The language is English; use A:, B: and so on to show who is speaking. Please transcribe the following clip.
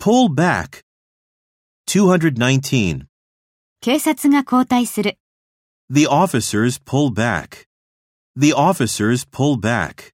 A: Pull back. 219.
B: 警察が交代する。
A: The officers pull back. The officers pull back.